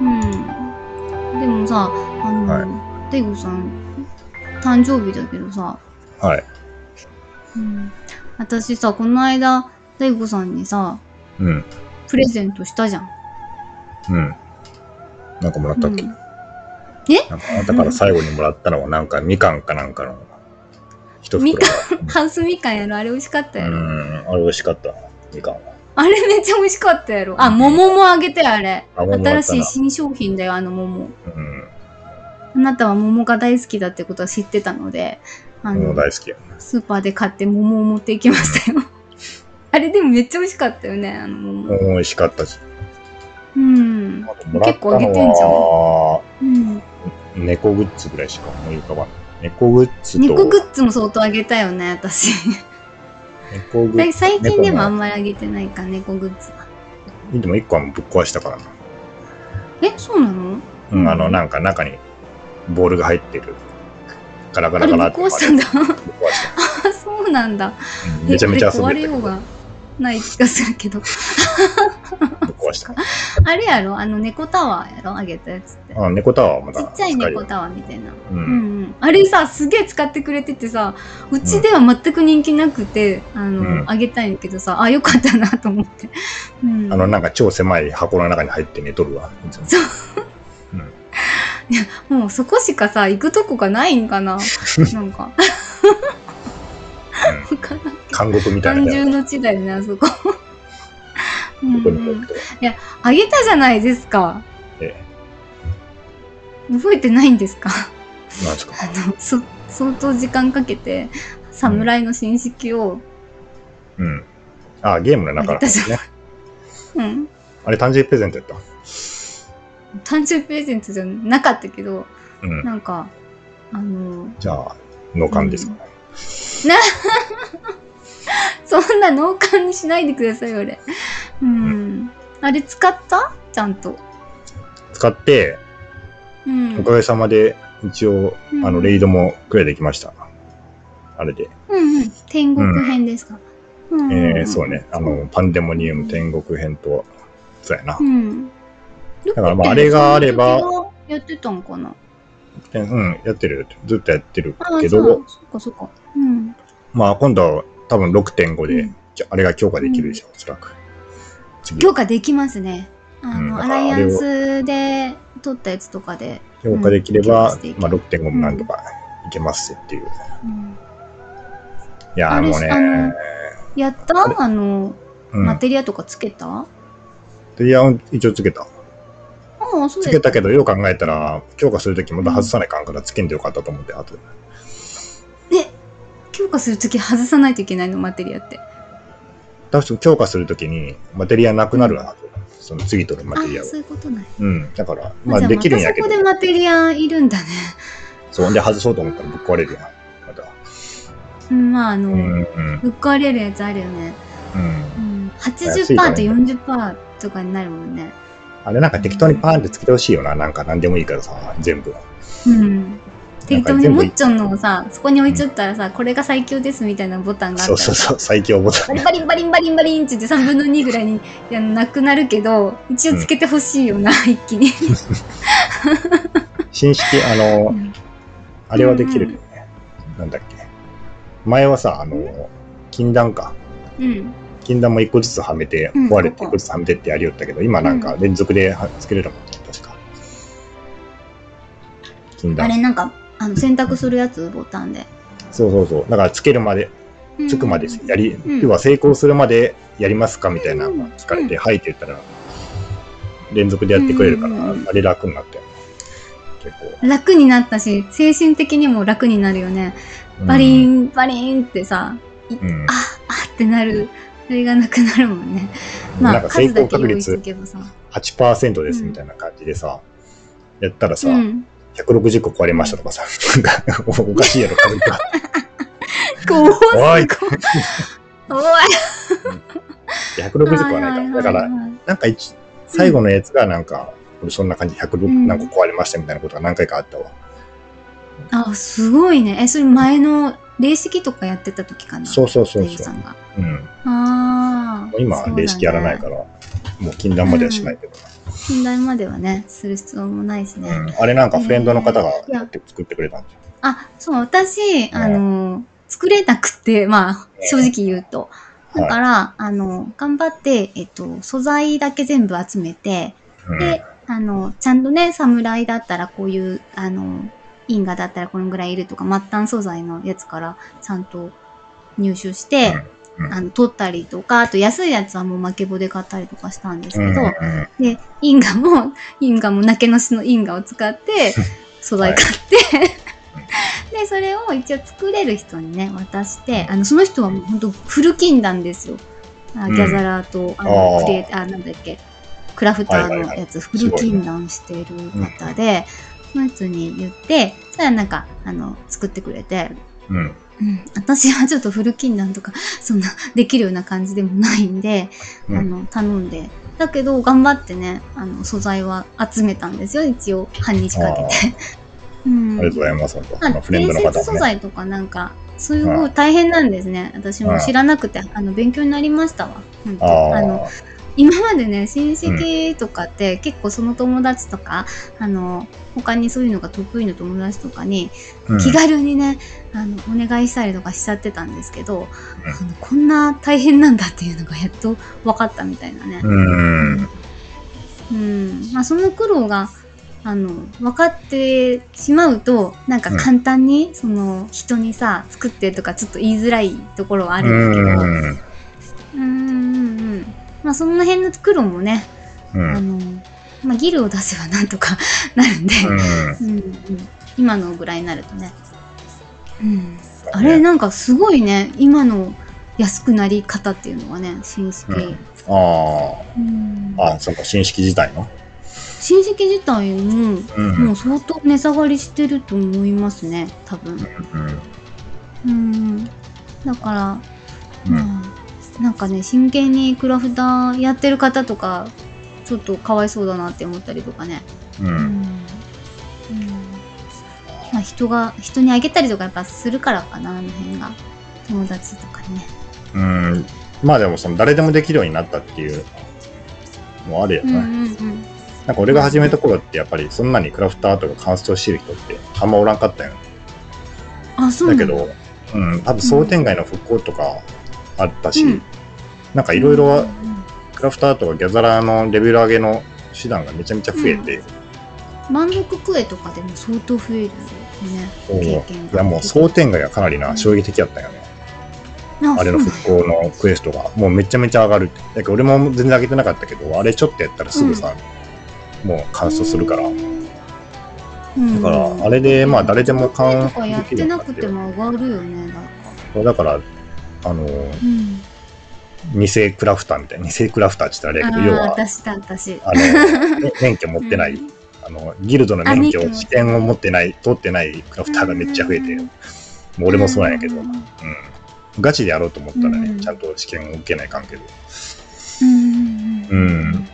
うん。でもさ、あの、はい大悟さん、誕生日だけどさ、はい。うん、私さ、この間、大悟さんにさ、うん。プレゼントしたじゃん。うん。なんかもらったっけ、うんなんかあなたから最後にもらったのは、なんかみかんかなんかの一袋みかハウスみかんやろあれ美味しかったやうろ、ん。あれ美味しかったな。みかんは。あれめっちゃ美味しかったやろあ、桃もあげてあれ。あ桃もら新ったしない新商品だよ、あの桃。うん。あなたは桃が大好きだってことは知ってたので、あものう、大好きや。スーパーで買って桃を持っていきました よ。あれでもめっちゃ美味しかったよね、あの桃。うん、美味しかったし。うん。あともらっ結たの構あげてんじは、うん、猫グッズぐらいしか思い浮かばない。猫グッズと、猫グッズも相当あげたよね、私。猫グッ最ズ。最近でもあ猫んまりあげてないか、猫グッズは。のでも一個はぶっ壊したからな。え、そうなのううんん、あの、なんか中にボールが入ってる。ガラガあラれぶガっラって。壊したんだ。 ぶっ壊した。あそうなんだ。うんめちゃめちゃ遊んえ壊でれたようがない気がするけど。ぶっ壊した。あれやろあの猫タワーやろあげたやつって。あ猫タワーはまちだっちゃい猫タワーみたいな。う。うんんうん、あれさすげえ使ってくれててさうちでは全く人気なくて、あのうんあげたいんだけどさあよかったなと思って、うん、あの、なんか超狭い箱の中に入って寝とるわ。いつももうそこしかさ行くとこがないんか ななんかうわからん監獄みたい三な重の地だよねあそこうんどこうにもん置くと。あげたじゃないですかえ覚えてないんですかなんですか。あのそ相当時間かけて侍の新式を、うん。あ、ゲームの中ですね。うん、あれ、誕生日プレゼントやった。誕生日プレゼントじゃなかったけどうん。なんか、あの、じゃあ、脳幹ですかね。そんな脳幹にしないでください、俺。うん。あれ使ったちゃんと。使って、うん。うおんかげさまで、一応、あうの、んレイドもクリアできました。あれで。うん。天国編ですか。うん。えー、そうね。あの、パンデモニウム天国編と、そうやなう。ん。だからまああれがあれば。やってたんかな。でうん、やってる。ずっとやってるああ、けそうど、そっかそっか。うん。まあ、今度は多分6.5で、うんきゃあれが強化できるでしょ、おそらく。次。強化できますね。あうんの、だアからライあアれをンスで取ったやつとかで。強化できれば、うん強化していけまあ、6.5もなんとかいけますっていう。うんいやあーれもうねあのやったあの、うん。マテリアとかつけたあいや、一応つけた。あ、そうつだけたけど、よう考えたら、強化するときまだ外さないかんから、つけんでよかったと思って、あと。え強化するとき外さないといけないのマテリアって確か強化するときに、マテリアなくなるはず。その次取るマあテリアを。そういうことない、うん。だから、ままあ、あ、じゃあできるんやけどまた、そこでマテリアいるんだねそう。で、外そうと思ったらぶっ壊れるやん。また。うんまああの、うん、うん、ぶっ壊れるやつあるよね、うんう。ん、安い80%からとね40%とかになるもんねあれなんか適当にパーンってつけてほしいよな。なんか何でもいいからさ、全部。うん適当に全モ部いいッチョンのをさそこに置いちゃったらさ、これが最強ですみたいなボタンがあったらそうそうそう、最強ボタバンリね。バリンバリンバリンバリンって言って3分の2ぐらいにいやなくなるけど一応つけてほしいよな、一気に新式、あうのん、あれはできるけどね。なんだっけ。前はさ、あの、禁断か。うん禁断も一個ずつはめて、うん壊れてそうそう一個ずつはめてってやりよったけど、今なんか連続ではつけれるもんね、確か。禁あれ断。なんかあの選択するやつボタンでそうそうそう。だからつけるまで、つくまでやり、うん要は成功するまでやりますかみたいなのが聞かれて、うはいって言ったら、連続でやってくれるから、うんあれ楽になったよね。結構。楽になったし精神的にも楽になるよねうんバリンバリンってさうんあ。あってなるそれがなくなるもんねまなんあか成数だ功け確用意してお率けばさ8%ですみたいな感じでさ、やったらさ、うん160個壊れましたとかさ、なんかお かしいやろ、確率がこうおいすごいおい160個はないから。だから、なんか一最後のやつがなんか、俺そんな感じ、106うん何個壊れましたみたいなことが何回かあったわ。らあすごいねえそれ前の霊式とかやってた時かなそうそうそう声優そさう。んがうん。ああ今、霊式やらないから、もう禁断まではしないけど、近代まではね、する必要もないしね。うんあれなんかフレンドの方がやって作ってくれたんじあ、そう、私、あの、作れなくて、まあ、正直言うと。はいだから、あの、頑張って、えっと、素材だけ全部集めて、ゃん。で、あの、ちゃんとね、侍だったらこういう、あの、因果だったらこのぐらいいるとか、末端素材のやつからちゃんと入手して、うんうんあの、取ったりとか、あと安いやつはもう負け棒で買ったりとかしたんですうん。けど、うんうんで、因果も、因果も、なけなしの因果を使 って、素材買って、で、それを一応作れる人にね、渡して、あの、その人はもう本当フル金なんですよ。あうんギャザラーと、ああの、ークリエイター、あなんだっけ、クラフターはいはいのはいやつ、フごいねル金なんしてる方で、その人に言って、そしたらなんか、あの、作ってくれて、うん。うん、私はちょっとフル金なんとか、 そんな、できるような感じでもないんで、うんあの、頼んで。だけど、頑張ってね、あの、素材は集めたんですよ、一応、半日かけて。 うん。ありがとうございます。本当ままああフレンドの伝方説も素ね。材とかなんか、そういう方大変なんですね。私も知らなくて、あの、勉強になりましたわ。本当あの、あ今までね親戚とかって、結構その友達とかあの他にそういうのが得意の友達とかに、あ。気軽にねあのお願いしたりとかしちゃってたんですけど、うんあのこんな大変なんだっていうのがやっと分かったみたいなね、うん。うん。うんまあ、その苦労があの分かってしまうとなんか簡単に、その人にさ作ってとかちょっと言いづらいところはあるんだけどうんうん。うんうんまあその辺の苦労もねうんあの、まあ、ギルを出せばなんとか なるんで、うんうんうん、今のぐらいになるとね。うん、あれ、なんかすごいね、今の安くなり方っていうのがね、新式。うんあうんあ。あ、その新式自体の。新式自体も、うん。もう相当値下がりしてると思いますね、多分。うんうん。だから、うん。まあなんかね、真剣にクラフターやってる方とか、ちょっとかわいそうだなって思ったりとかね。ううんん。まあ、人が人にあげたりとかやっぱするからかなあの辺が友達とかにねうん。まあでも、その誰でもできるようになったっていう。もうあるようんね。うんなんか俺が始めた頃ってやっぱりそんなにクラフターとかカンストしてる人ってあんまおらんかったよ、ね、あそうなだんけど、うん、多分想定外の復興とかあったし、うんなんかいろいろクラフターとかギャザラーのレベル上げの手段がめちゃめちゃ増えて、満足クエとかでも相当増えるよねそう経い験がやもう想定外がかなりな衝撃的やったよね、ああれのそうなんや復興のクエストがもうめちゃめちゃ上がるってだけど俺も全然上げてなかったけどあれちょっとやったらすぐさ、もう完走するから、うんだからあれでまあ誰でも満足クエ完とかやってなくても上がるよねなんかだからあのうん偽クラフターみたいな偽クラフターって言ったらあれやけど要ああは私だ私あの、免許持ってない、うんあの、ギルドの免あ免許持って許、ない試験を持ってない、取ってないクラフターがめっちゃ増えて、うんもう俺もそうなんやけど、ううんん。ガチでやろうと思ったらね、うんちゃんと試験を受けないかんけど。うん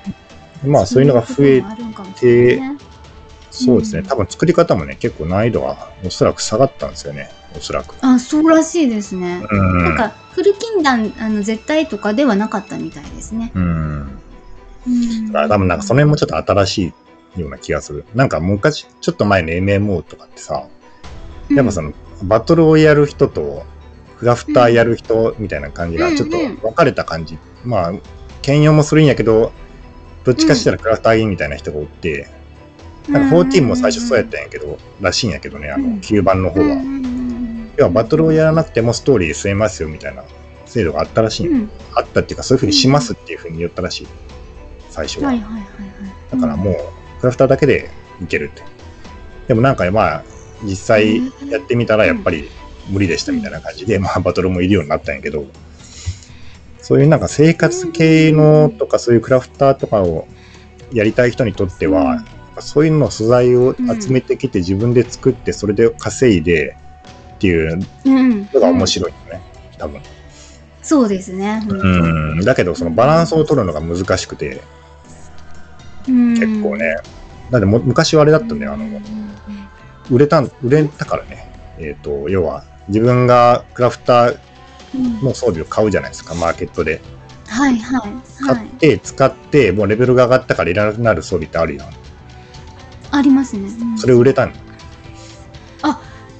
うんまあ、そういうのが増えそういうこともあるんかもしれてないねそうですね、うん多分作り方もね、結構難易度がおそらく下がったんですよね、おそらく。あそうらしいですね、うん。なんか、フル禁断、あの、絶対とかではなかったみたいですね。うん。うんだから多分なんかその辺もちょっと新しいような気がする。なんか昔、ちょっと前の MMO とかってさ、やっぱその、のバトルをやる人とクラフターやる人みたいな感じうがんちょっとうんうん分かれた感じ、まあ兼用もするんやけどどっちかしたらクラフターいいみたいな人がおって、なんか14も最初そうやったんやけど、らしいんやけどねあうんの9番の方うは、んうんうん。要はバトルをやらなくくてもストーリー進めますよみたいな制度があったらしいんや、うん。あったっていうかそういうふうにしますっていうふうに言ったらしい最初は、はいはいはいはい。だからもうクラフターだけでいけるってでもなんかまあ実際やってみたらやっぱり無理でしたみたいな感じで、 まあ、バトルもいるようになったんやけどそういうなんか生活系のとかそういうクラフターとかをやりたい人にとっては、うんそういうの素材を集めてきて自分で作ってそれで稼いでっていううん、うん。のが面白いよね、多分、そうですね。うん、だけどそのバランスを取るのが難しくてうん結構ね、だっても昔はあれだったんだよあの売れたん売れたからねえっ、と要は自分がクラフターうんの装備を買うじゃないですかマーケットではいはいは買っい。て、使って、もうレベルが上がったからいらなくなる装備ってあるやん。ありますね。うんそれ売れたん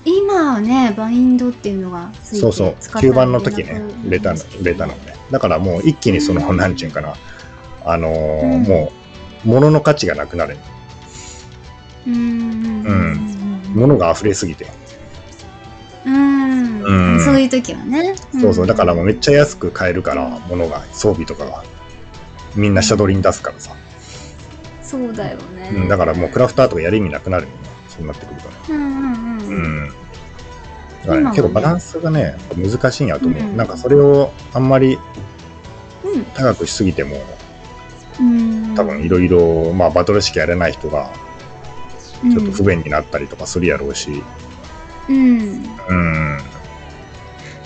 今はね、バインドっていうのがついてそうそう。使ったら9番の時ね連絡、売れたの、売れたのね。だからもう一気にその、うんなんちゅうんかな、あのーうんもう、物の価値がなくなる。うんうんうん物が溢れすぎて。うんうんそういう時はね。そうそう。だからもうめっゃ。ちゃ安く買えるから、物が、装備とかが。みんな下取りに出すからさ。そうだよね。うん、だからもうクラフターとかやる意味なくなるよね。そうなってくるから。うんうんううん。ん。だか今はらねね結構バランスがね、やっぱ難しいんやと思う。うんなんかそれをあんまりうん高くしすぎても、うん多分いろいろ、まあバトル式やれない人が、ちょっと不便になったりとかするやろうし、うんうんうん、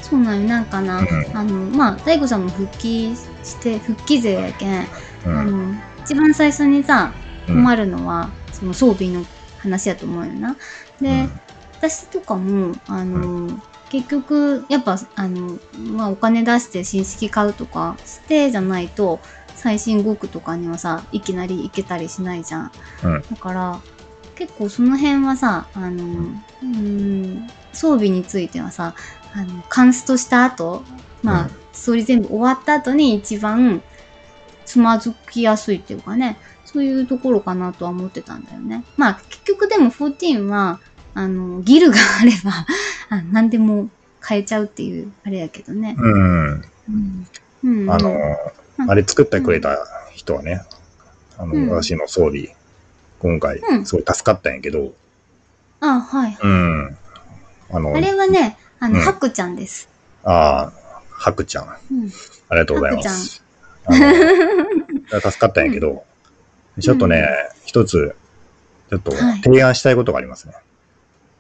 そうなんよなんかな、うんあのまあ大悟さんも復帰して復帰勢やけん、うあん、の一番最初にさうん困るのは、その装備の話やと思うよな。で、私とかもあの、結局やっぱあの、まあ、お金出して新式買うとかしてじゃないと最新5区とかにはさいきなり行けたりしないじゃん。うんだから結構その辺はさあの、うん、装備についてはさあのカンストした後まあ、うんストーリー全部終わった後に一番つまずきやすいっていうかねそういうところかなとは思ってたんだよね。まあ結局でも14はあのギルがあれば あ何でも変えちゃうっていうあれやけどね。うん、うんうん、あの、うんあれ作ってくれた人はね、あの、うん私の装備、今回う、んすごい助かったんやけど、あはい。うん、あの、あれはね、あの、うんハクちゃんです。ああ、ハクちゃん、あうん。りがとうございます。あの 助かったんやけど、ちょっとね、一つ、ちょっとはい提案したいことがありますね。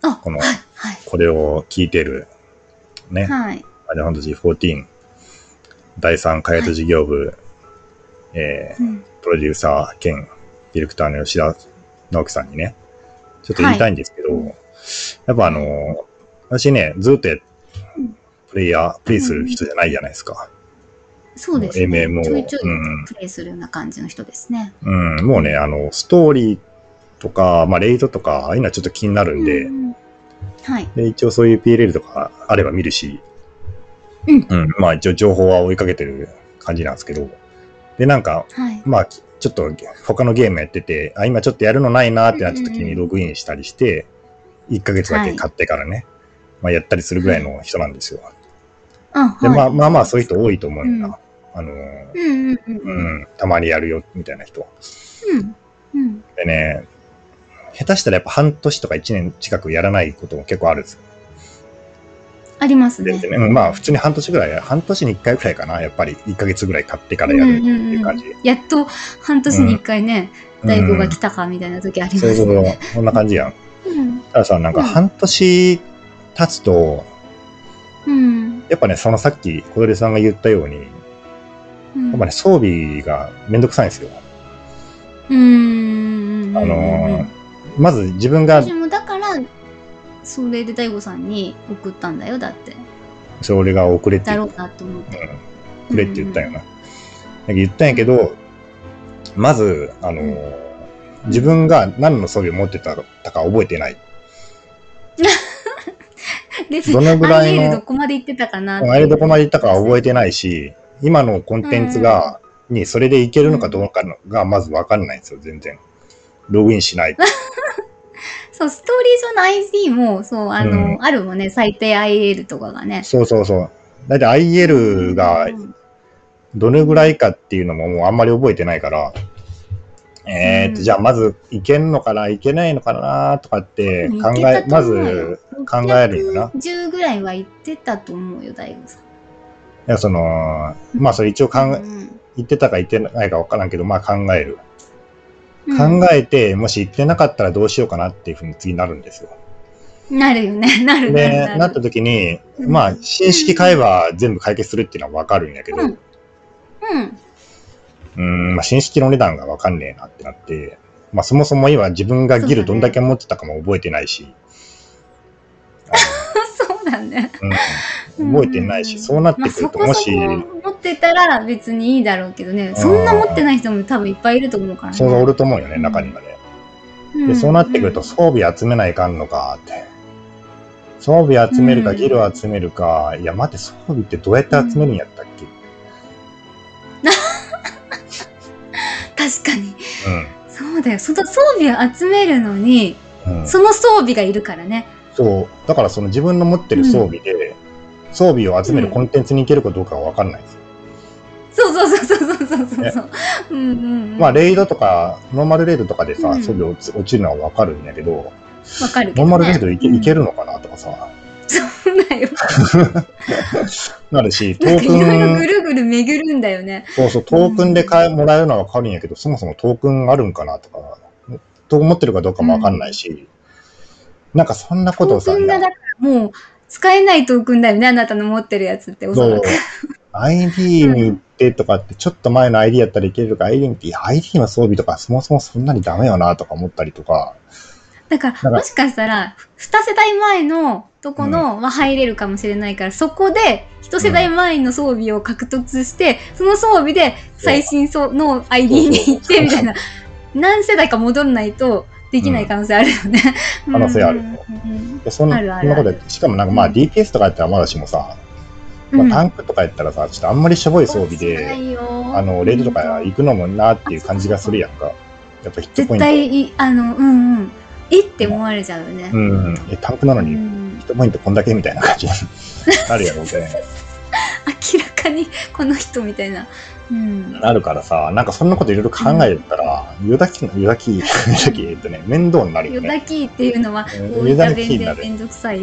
あ、このはい、はい。これを聞いてる、ね、はい。アジャファンタジー14、第3開発事業部、えうん。ープロデューサー兼ディレクターの吉田直樹さんにね、ちょっと言いたいんですけど、はいやっぱあのー私ね、ずっとやうんプレイヤー、プレイする人じゃないじゃないですか。そうですね。 MMO ちょいちょいうんプレイするような感じの人ですね。うん、もうね、あの、ストーリーとか、まあ、レイドとか、ああいうのはちょっと気になるんで、うんはい。で一応そういう PLL とかあれば見るし、うんまあ一応情報は追いかけてる感じなんですけど、で、なんか、はい。まあ、きちょっと他のゲームやってて、あ、今ちょっとやるのないなってなった時うんうんうにんログインしたりして、1ヶ月だけ買ってからね、まあやったりするぐらいの人なんですよ。あ、はい。で、まあまあまあそういう人多いと思うよな。あのーうんうんうん。うん、たまにやるよ、みたいな人。うん。うん。でね、下手したらやっぱ半年とか1年近くやらないことも結構あるんですよ。ありますでね。でねうんまあ普通に半年ぐらい、半年に1回ぐらいかな、やっぱり1ヶ月ぐらい買ってからやるっていう感じ。やっと半年に一回ね、大悟が来た。たかみたいな時ありまそうすそうね。そう、そんな感じやん。うん。たださ、なんかうん半年経つと、うん。やっぱね、そのさっき小鳥さんが言ったように、うん。やっぱね、装備がめんどくさいんですよ。うん。うん。あうんのーまず自分が私もだから、それで大悟さんに送ったんだよ、だって。それが遅れてだ言ろっうなと思って。うん遅れって言ったよな。なんか言ったんやけど、まず、あのー自分が何の装備を持ってたか覚えてない。で、どのぐらアンいのリールどこまで行ってたかなっていうあれどこまで行ったかは覚えてないし、今のコンテンツが、にそれでいけるのかどうかのがまずわかんないんですよ、全然。ログインしない。そう、ストーリー上の ID も、そう、あの、うあるもんね、最低 IL とかがね。そうそうそう。だいたい IL がうんどれぐらいかっていうのももうあんまり覚えてないから、えーっと、うんじゃあまずいけんのかな、いけないのかなとかって考え、まず、、考えるよな10ぐらいは行ってたと思うよ、大悟さん。いやその、まあそれ一応考え、うん言ってたか言ってないかわからんけど、まあ考える。うん考えて、もし言ってなかったらどうしようかなっていうふうに次になるんですよ。なるよね、 なるなるで、るなった時に、うんまあ、新式買えば全部解決するっていうのはわかるんやけど、ううんうん。ーん、まあ、新式の値段がわかんねえなってなって、まあ、そもそも今自分がギルどんだけ持ってたかも覚えてないし、そうなんだね。うん、覚えてないし、そうなってまあ、くるそと、こもそし、こ持ってたら別にいいだろうけどね、そんな持ってない人も多分いっぱいいると思うからね。そうおると思うよね、中にはね。うんで、そうなってくると、装備集めないかんのかって。装備集めるうか、んギル集めるか、いや、待って、装備ってどうやって集めるんやったっけ、確かに。うそうだよ。その装備を集めるのに、ん。うん、その装備がいるからね。そう。だから、その自分の持ってる装備で、装備を集めるコンテンツに行けるかどうかはわかんないですよ。そうそうそうそうそうそうそうそう。うんうんうん。まあ、わレイドとか、ノーマルレイドとかでさ、うん装備落ち落ちるのはわかるんだけど、かるけど、ね。ノーマルレイドいけ,、うんいけるのかなとかさ、そんなよ。なるし、トなんーかいクろいろンぐ、るぐる巡るんだよね。そうそう、トークンで買えもらえるのはわかるんやけど、そもそもトークンあるんかなとか、と思ってるかどうかもわかんないし、なんかそんなこトとをーさ、クンがだからもう使えないトークンだよね、あなたの持ってるやつっておそそらうく。、 ID に行ってとかって、ちょっと前の ID やったらいけるか、ID に行って、いや ID の装備とか、そもそもそんなにダメよなとか思ったりとか、だかららもしかしたら2世代前のとこのは入れるかもしれないから、そこで1世代前の装備を獲得して、その装備で最新装の ID に行ってみたいな何世代か戻らないとできない可能性あるよね。ん 可能性あるうんでそんあるあるそんなことやって、しかもなんかまあうん DPS とかやったらまだしもさ、うまあんタンクとかやったらさ、ちょっとあんまりしょぼい装備少ないで、よあの、レイドとか行くのもなっていう感じがするやんか。やっぱヒットポイ絶ント。対いあのうんうんえって思われちゃうよね。うん、え、タンクなのうにんヒットポイントこんだけみたいな感じに なるやろうね。明らかにこの人みたいな。うん、なるからさ、なんかそんなこといろいろ考えたら、ユダキ、ユダキ、ユダキ、えっとね、面倒になるよヨね。ダキーっていうのはうん大分弁ユダでキーめんどくさい。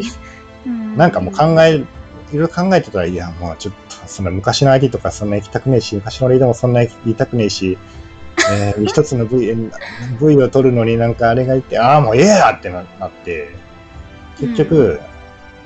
ななんかもう考え、いろいろ考えてたら、いや、もうちょっと、そんな昔の ID とかそんな行きたくねえし、昔のレイドもそんな行きたくねえし、え ー一つの V、えー V を取るのになんかあれがいて、ああ、もうええやってななって、結局、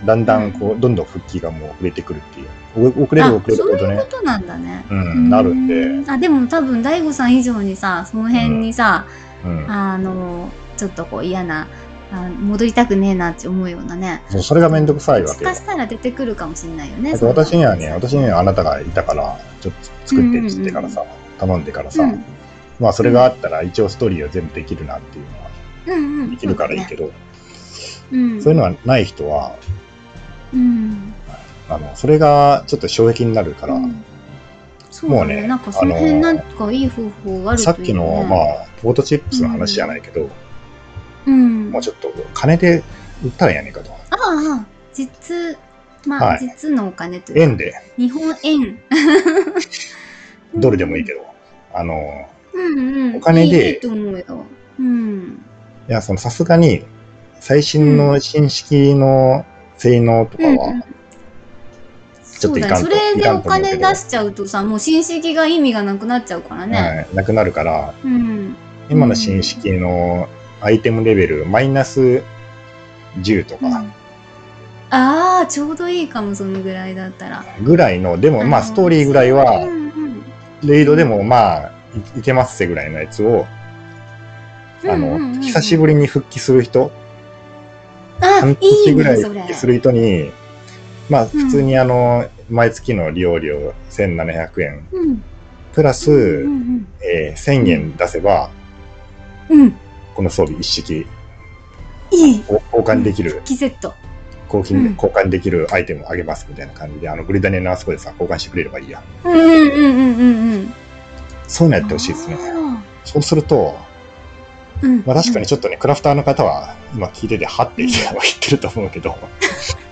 だんだんこう、どんどん復帰がもう遅れてくるっていう。お遅れる遅れることそういうねこ。となんだね。うん、なるんで、うあでも多分大悟さん以上にさその辺にさ、うん。あのちょっとこう嫌なあ戻りたくねえなって思うようなね。そうそれがめんどくさいわもけしよか。したら出てくるかもしれないよね。だって私にはね、私には。はあなたがいたから、ちょっと作ってって言ってからさ、頼んでからさ、うんまあそれがあったら一応ストーリーは全部できるなっていうのうはんうん。できるからいいけど、ど。うん。そういうのはない人は、うん。あの、それがちょっと障壁になるから、うんそうだもうね。ねなんかそのあ辺のなんかいい方法があるさっといいきよねの、まあ、ポートチップスの話じゃないけど、うん。もうちょっと金で売ったらやねんかと。ああ、実、まあ、はい実のお金というか、円で、日本円。 ドルでもいいけど、あの、ど。うんうん。お金いでいいいと思うよ。うん。いや、そのさすがに最新の新式の性能とかは、うんちそょっうとだいね。かんそとれいでかおんと思う金け出ど、しちゃうとさ、もう親戚が意味がなくなっちゃうからね。はい、なくなるから、うん。今の新式のアイテムレベルマイナス10とうんかああ、ちょうどいいかも、そのぐらいだったら。ぐらいの、でもまあのストーリーぐらいうんうは、んレイドでもまあいいけますせぐらいのやつを、あうんうんうんうの、ん久しぶりに復帰する人、あ、半いい年ぐらね、いそれ復帰。する人に、まあ普通にあの、毎月の利用料1700円、うん。プラス、うんえー1000円出せば、うん。うん。この装備一式いい。を交換できる、キセット。交う換ん交換できるアイテムをあげますみたいな感じで、あの、グリダネのあそこでさ、交換してくれればいいや。うんうんうんうんうん。そういうのやってほしいですね。あそうすると、ー。うん、まあ、確かにちょっとね、クラフターの方は、今聞いてて、はって言ってると思うけど、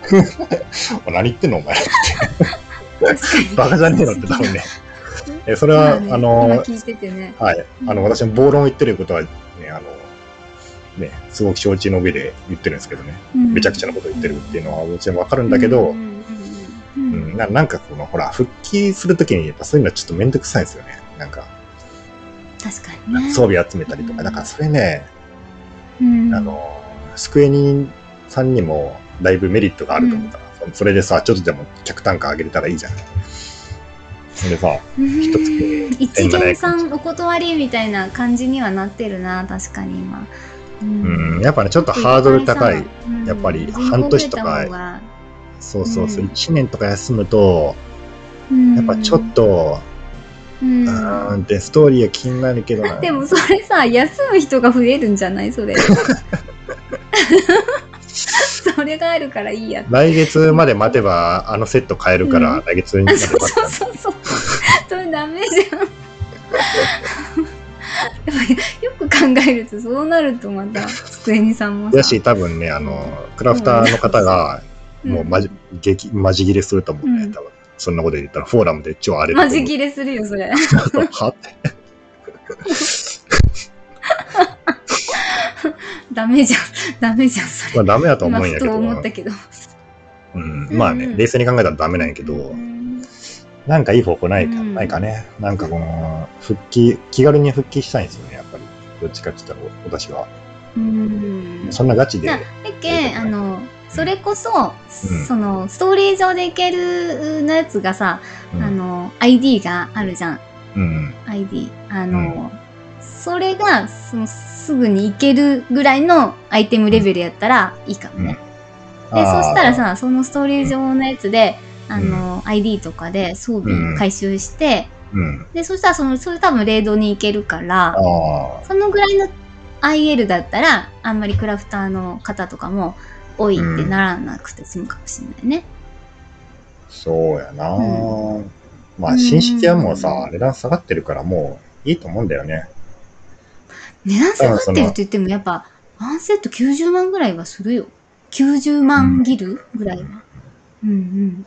お何言ってんの、お前らって。うん。確かに バカじゃねえのって多分ね。 えそれまは、あね今あの、聞いててね。はい、あの、私も暴論を言ってることは、ね、あの、ね、すごく承知の上で言ってるんですけどね、めめちゃくちゃゃなこと言ってるっていうのはもちろんわかるんだけど、ううんんううんうんうんんななんかこの、ほら、復帰するときに、やっぱそういうのはちょっとめんどくさいですよね。なんか、確かにね。装備集めたりとか、だからそれね、うん。あの、スクエニさんにもだいぶメリットがあると思ったら、そそれでさ、ちょっとでも客単価上げれたらいいじゃん。それでさ、うん、一つ一元さんお断りみたいな感じにはなってるな、確かに今。ううん、やっぱね、ちょっとハードル高い。うんやっぱり半年とか人口増えた方がそうそうそう、うん1年とか休むと、うんやっぱちょっ、と、うんうーんってストーリーが気になるけどな。でもそれさ休む人が増えるんじゃない それそれがあるからいいやって来月まで待てば、あのセット買えるから、う来月にまで待 そうったそうらそうそう。それダメじゃん。でもよく考えるとそうなるとまた机にさんもさ。だし、多分ね、あの、クラフターの方が、もうマジ、激、マジ切れすると思ううね、ん多分。そんなこと言ったら、フォーラムで超荒れうんると思マう。ジ 切れするよそれ。はって。ダメじゃんダメじゃんそまれ。あ、ダメだと思今うんやふけとど。思ったけど。うん、まあうんうね、ん冷静に考えたらダメなんやけど、うんなんかいい方法ないか、うんないかね。なんかこの、復帰、気軽に復帰したいんですよね、やっぱり。どっちかって言ったら、私は。うん。そんなガチでじゃあ。だけあのそれこそ、んそのストーリー上でいけるのやつがさ、うんあの ID があるじゃん。うん。 ID あの、それがそのすぐに行けるぐらいのアイテムレベルやったらいいかもね。であーそしたら、さそのストーリー上のやつで、あの ID とかで装備を回収して、うん。でそしたらそのそれ多分レードに行けるからあそのぐらいの IL だったらあんまりクラフターの方とかも多いってならなくて済むかもしれないね。あ、そうやな、うまあ、新式はもうさ、値段下がってるから、もういいと思うんだよね。値段下がってるって言ってもやっぱワンセット90万ぐらいはするよ90万ギルぐらいはうん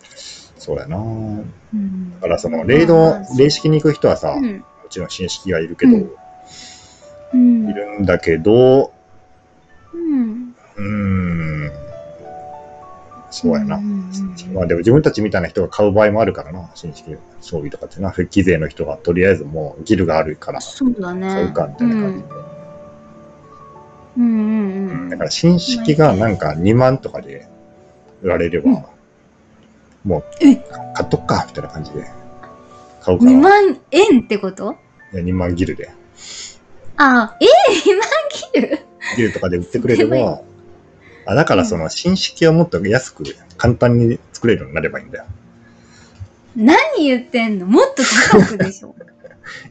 そうやなだうんうんだから、その、レイド、霊式に行く人はさ、うもんちろん新式はいるけど、うんうんいるんだけど、うんうーん、そうやな。んんうんまあでも自分たちみたいな人が買う場合もあるからな、新式装備とかってな、復帰勢の人がとりあえずもうギルがあるからそうだね買うかみたいな感じで。うんうんううんんだから新式がなんか2万とかで売られれば、うんもえう買っとっかみたいな感じで買ううかん2ら、い万円ってことや2万ギルで。あえー、2万ギルギルとかで売ってくれれすば、あだからその新式をもっと安く簡単に作れるようになればいいんだよ。何言ってんのもっと高くでしょ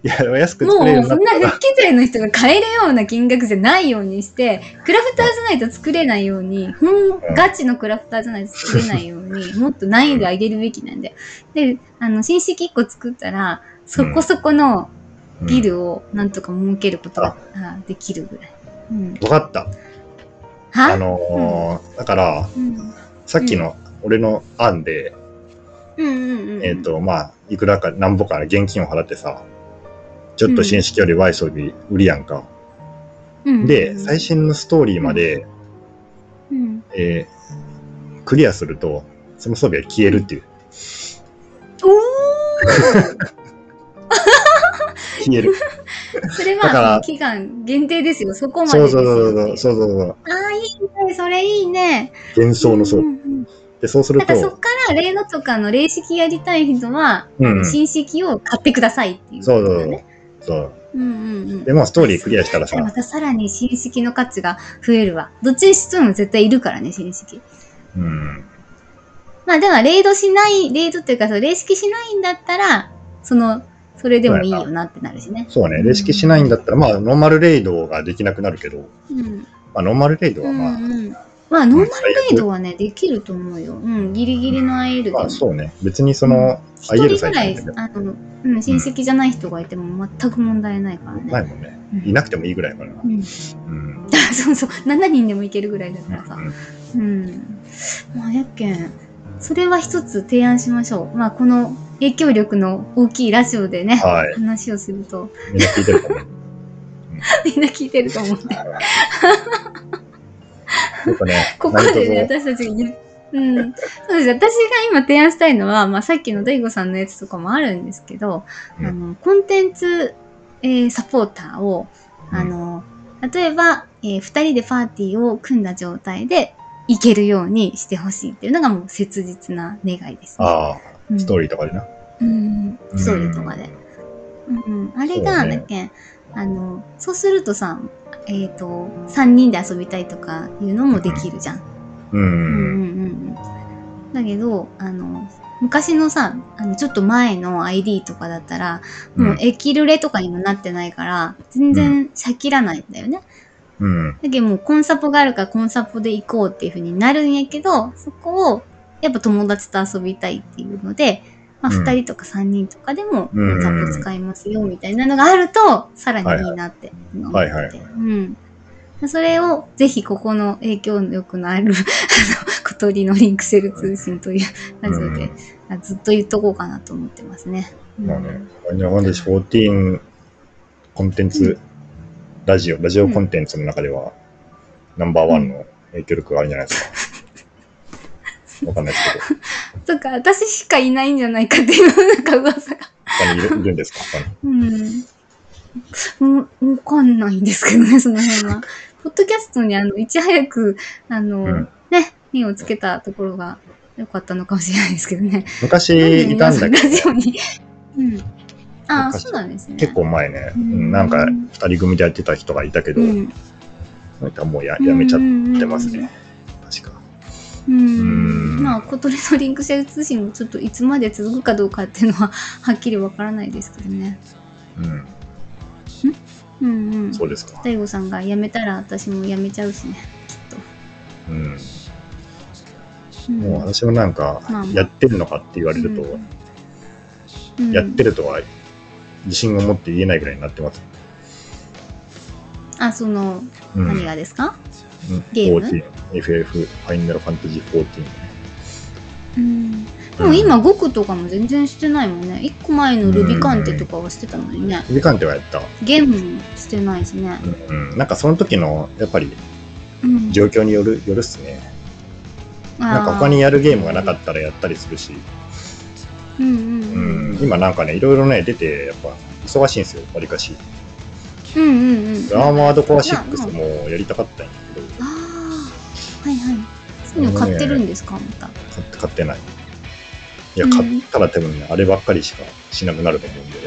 いや、安くもう作それるようになっんなたら復帰税の人が買えるような金額じゃないようにしてクラフターじゃないと作れないように、ほうんん、ガチのクラフターじゃないと作れないようにもっと難易度上げるべきなんでであの新式1個作ったらそこそこのギルをなんとか儲けることがあできるぐらい。うん、分かった。あはのーだから、うんさっきの俺の案で、うんうんうんえっ、と、まあ、いくらか、なんぼか現金を払ってさ、ちょっと新式よりワイ装備売りやんか。うんで、最、新のストーリーまで、うん、えークリアすると、その装備は消えるっていう。お消える。おそれだかはら期間限定ですよ そこまでそうですそようそうっていそうう。そうそうそう。ああいいねそれいいね幻想の装うんう備。んうんで、そうするだからそっと、から例のとかの霊式やりたい人は、うん。そう新式を買ってくださいっていう、そうそう。そう。うんうんうん。ででも、ストーリークリアしたらさ、またさらに新式の価値が増えるわ。どっちにしても絶対いるからね、新式。うん。まあ、だから、レイドしない、レイドっていうか、そう、霊式しないんだったら、その、それでもいいよなってなるしね。そうね。レシキしないんだったら、まあ、ノーマルレイドができなくなるけど、うん。まあ、ノーマルレイドうはまあ、んうん。まあ、ノーマル最悪レイドはね、できると思うよ。うん、ギリギリの IL でも。まあそうね、別にその、一あ言える人ぐら最中いでも、あの、うん、親戚じゃない人がいても全く問題ないからね。ないもんね、うんいなくてもいいぐらいかな。ううんん。そうそう7人でもいけるぐらいだからさうんうんまあやっけんそれは一つ提案しましょうまあこの影響力の大きいラジオでねはい、話をするとみんな聞いてるかも。みんな聞いてると思うやっぱね、 ここでね何私卒たちが言ううん、そうです私が今提案したいのは、まあ、さっきの大悟さんのやつとかもあるんですけど、うんあのコンテンツ、えーサポーターをあの、例えば、え2人でパーティーを組んだ状態で行けるようにしてほしいっていうのがもう切実な願いです、ね。ああ、ストーリー。リーとかでな。うん、うんストーリーとかで。うん、あれが、そうねだっけんあの、そうするとさ、えっ、と、3人で遊びたいとかいうのもできるじゃん。ううんうんん。うんうん。だけど、あの、昔のさ、あのちょっと前の ID とかだったら、もうエキルレとかにもなってないから、全然しゃきらないんだよね。うん。だけどもうコンサポがあるからコンサポで行こうっていう風になるんやけど、そこをやっぱ友達と遊びたいっていうので、まあうん2人とか3人とかでもコうんンサポ使いますよみたいなのがあると、さらにいいなって思ってて。はいはいはいうん。それをぜひここの影響力のあるあの小鳥のリンクセル通信というラジオで、あずっと言っとこうかなと思ってますね。ううんんまあね、ワンジャワンディ14コンテンツ、ラジオ、ラジオコンテンツの中では、ナンバーワンの影響力があるんじゃないです か。わかんないですけど。とか私しかいないんじゃないかっていうなんか噂が。他にいるいるんですか他にうん。うん、わかんないんですけどね、そ の辺は。ポッドキャストに、あの、いち早く、あの、うんね、目をつけたところが良かったのかもしれないですけどね。昔いたんだけど、なんで皆さんラジオに。うん。ああ、昔そうなんですね。結構前ね、ううんん、なんか二人組でやってた人がいたけど、うん、なんかもうややめちゃってますうんうんうんね。確か。うんうんまあ、小鳥のリンクシェル通信もちょっといつまで続くかどうかっていうのははっきりわからないですけどね。うん、うんうん。そうですか。大悟さんが辞めたら私も辞めちゃうしね、うん。うんもう私もなんかまあまあ、やってるのかって言われると、うんやってるとは自信を持って言えないぐらいになってます。あ、その、うん、何がですかうんゲーム ?14、FF、ファイナルファンタジー14。うん。でも今、5区とかも全然してないもんね。1個前のルビカンテとかはしてたのにね。時間ではやった。ゲームもしてないしね。うん、うんなんかその時の、やっぱりうん。状況による、よるっすね。なんか他にやるゲームがなかったらやったりするし、た。うんうんう。うんん、今なんかね、いろいろね、出て、やっぱ忙しいんですよ、わりかし。うんうんうん。アーマードコアまあ6まもやりたかったんやけど、ああ。はいはい。そういうの買ってるんですかまた。買って買ってない。いや、うん買ったら多分ね、あればっかりしかしなくなると思うんで、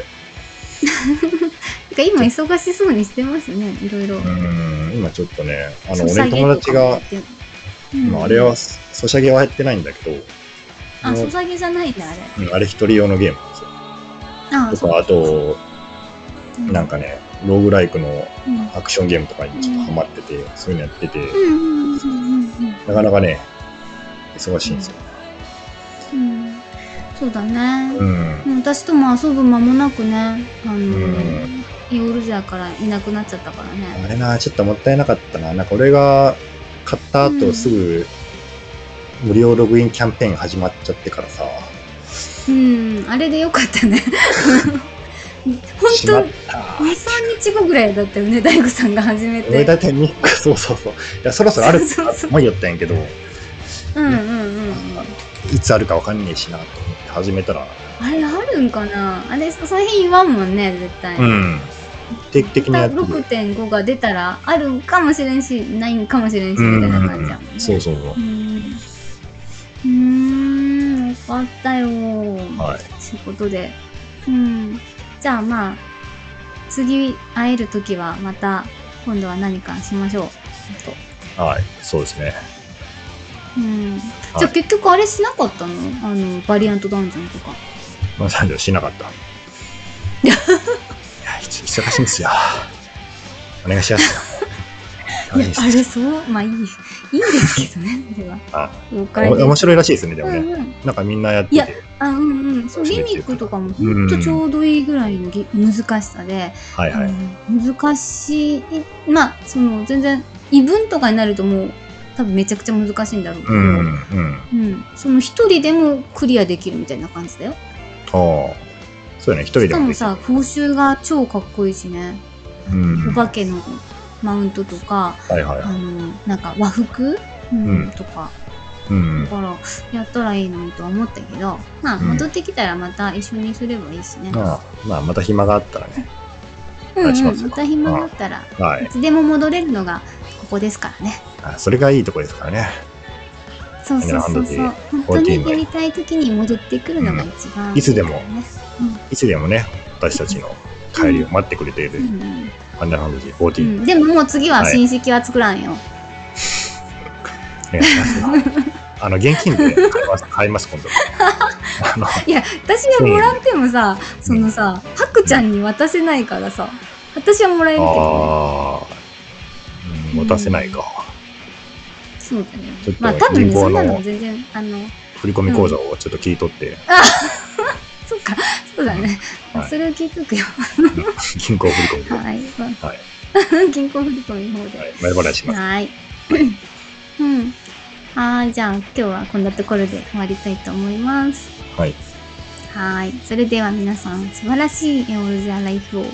てか今忙しそうにしてますね。いろいろ。うん、今ちょっとね、あの、ソシャ俺のゲ友達が、とかもやってるうんまあ、あれは、ソシャゲはやってないんだけど、あ、もうソサゲじゃないんだ、あれ。うんあれ一人用のゲームなんですよ。あ、とそうか、あと、なんか。かね、ローグライクのうんアクションゲームとかにちょっとハマってて、そういうのやってて、うんうんうんうんうん。なかなかね、忙しいんですよ。うんそうだね。うん。もう私とも遊ぶ間もなくね、あの、んイオルジャーからいなくなっちゃったからね。あれな、ちょっともったいなかったな。なんか俺が買った後すぐ、無料ログインキャンペーン始まっちゃってからさ、うん、あれでよかったね。 本しま当っ2、た。 3日後ぐらいだったよね、大悟さんが初め俺て。だいたい3日、 そうそうそう。いや、そろそろあ るそうそうそうもう言ったんやけど、うんうんうんうん。いつあるかわかんねえしなと思って始めたら、あれあるんかなあれ、その辺言わんもんね、絶対。うん。定期的にやってて6.5が出たら、あるかもしれんし、ないんかもしれんし、うみんたいな感じやもんね。そうそうそうう。んうーん、よかったよ。はい。仕事で。うん。じゃあまあ、次会えるときはまた、今度は何かしましょう。とはい。そうですね。うん。じはいゃあ結局あれしなかったのあの、バリアントダンジョンとか。まあ、三条しな かった。いや、一忙しいんですよ。お願いしますよ。いや、あれす。そう、まあいい、いいんですけどね、それは。あ了解お面です。白いらしいですね、でうもね。んうん、なんかみんなやっていやて。あうんうんそうリミックとかもほんとちょうどいいぐらいのぎ難しさで、はいはい。うん難しいまあその全然異文とかになるともう多分めちゃくちゃ難しいんだろうけど、うん、うん。うんその一人でもクリアできるみたいな感じだよああ。そうね、一人しでかももできるさ報酬が超かっこいいしね、うん。お化けのマウントとかはいはいはあい。のなんか和服、うんうんとかうんだ。からやったらいいのにとは思ったけどまあうん戻ってきたらまた一緒にすればいいしね、まあ、まあ、また暇があったらね。うんうお願いしますん、よまた暇だったらはいい。つでも戻れるのがここですからねあそれがいいとこですからね。そうそうそうそう。本当にやりたい時に戻ってくるのが一番、うんいつでもね。いつでもね、私たちの帰りを待ってくれている、うんファンダーファンタジー14。うんでももう次は新式は作らんよ。お願いしますよ あの、現金で買います、買います、今度。あの、いや私がもらってもさそのさハクちゃんに渡せないからさ私はもらえるけどああ、うん、渡せないか。そうだねちょっとまあ多分ね銀行そのんなの全然あの振り込み口座をちょっと切り取って、そっか そうだね、はいそれを聞いとくよ銀行振り込みで、ははい、、はい 銀行振り込みの方でい、前払いします。はい。うん。はい、じゃあ今日はこんなところで終わりたいと思います。はい。はい。それでは皆さん、素晴らしいオールザライフを。はい。